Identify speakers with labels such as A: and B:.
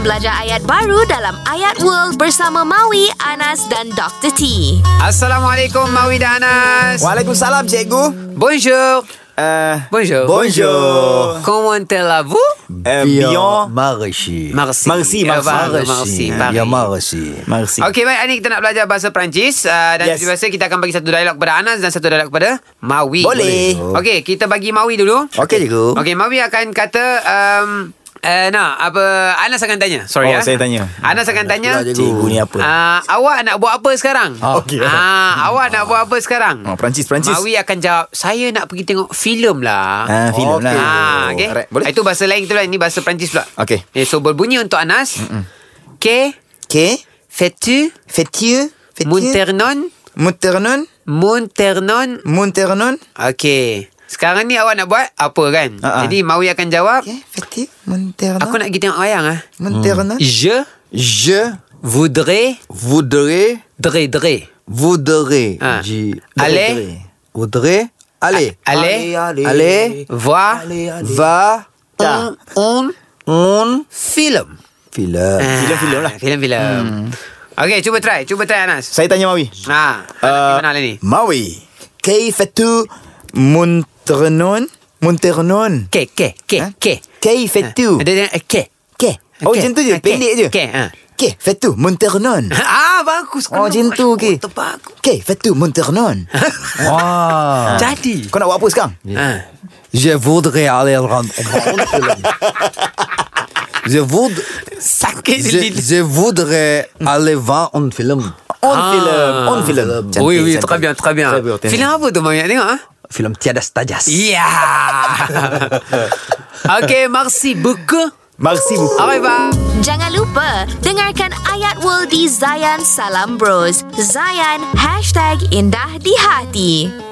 A: belajar ayat baru dalam Ayat World bersama Maui, Anas dan Dr. T.
B: Assalamualaikum Mawi dan Anas.
C: Waalaikumsalam cikgu.
B: Bonjour. Eh,
C: Uh,
B: Bonjour.
C: Bonjour.
B: Comment allez-vous?
C: Uh,
D: Bien,
C: Bion.
D: merci.
B: Merci.
C: Merci,
B: Ya,
C: merci.
B: Bar-
D: Merci.
B: Mari.
D: Ya, merci.
C: Merci.
B: Okey baik hari ni kita nak belajar bahasa Perancis uh, dan
C: Yes.
B: yes. biasa kita akan bagi satu dialog kepada Anas dan satu dialog kepada Mawi.
C: Boleh.
B: Okey, kita bagi Mawi dulu.
D: Okey, cikgu.
B: Okey, Mawi akan kata um, uh, nah, apa Anas akan tanya. Sorry
C: Oh,
B: ah.
C: saya tanya.
B: Anas akan tanya.
D: pula,
C: Cikgu ni apa?
B: Uh, awak nak buat apa sekarang?
C: Ah, okey.
B: Ah, awak nak buat apa sekarang?
C: Ah, Perancis, Perancis.
B: Mawi akan jawab, saya nak pergi tengok filem lah.
C: Ah, filem
D: Okey.
C: lah.
B: Ah, okay.
C: Alright, boleh?
B: Itu bahasa lain kita lah. Ini bahasa Perancis pula.
C: Okey.
B: Eh, so berbunyi untuk Anas. Mm-mm. Que
C: Okay.
B: fais-tu
C: Fetieu. Fetieu.
B: Monternon?
C: Monternon.
B: Monternon.
C: Monternon.
B: Okey. Sekarang ni awak nak buat apa kan?
C: Ah, ah.
B: Jadi Mawi akan jawab.
C: Okay. Fetieu. Monternon.
B: Aku nak pergi tengok wayang ah.
C: Monternon.
B: Je
D: Hmm. Je
B: voudrais
D: voudrais,
B: dre dre.
D: voudrais,
B: Ah.
D: je
B: Allez.
D: voudrais, voudrais, allez,
B: A- allez.
D: allez, allez, allez,
B: Voir
D: va,
B: un, un
D: on,
B: film.
D: film.
C: Filem-filem lah.
B: Film-film. Hmm. Okey, Ah, cuba try. Cuba try Anas.
C: Saya tanya Mawi.
B: Ha, Anas
C: Ah,
B: gimana hari ni?
C: Mawi. Kaifatou Monternon. Monternon.
B: Ke, ke, ke,
C: Ha?
B: ke.
C: Kaifatou.
B: Dia dia eh, ke.
C: Okay. Oh,
B: Okey.
C: macam tu je.
B: Okey.
C: Pendek je.
B: Okey, ha.
C: Okay. Fatu Monternon.
B: Ah, bagus.
C: Oh, macam tu, okey.
B: Tepat aku.
C: Okay. Fatu Monternon.
B: Ha.
D: Ah.
B: Jadi.
C: Kau nak buat apa sekarang?
B: Ha.
D: Je voudrais aller rencontrer le film. Je voudrais,
B: Sakit
D: je, je voudrais aller voir un film.
C: On film. On film. Cantik,
B: Ah. Oui, oui,
C: cantik.
B: très bien, très bien.
C: Très bien, très
B: Filem
C: bien.
B: apa tu Mami nak tengok? Ha?
D: Film tiada stajas.
B: Ya. okay, merci beaucoup.
C: Merci beaucoup.
B: Au revoir.
A: Jangan lupa, dengarkan Ayat World di Zayan Salam Bros. Zayan, hashtag indah di hati.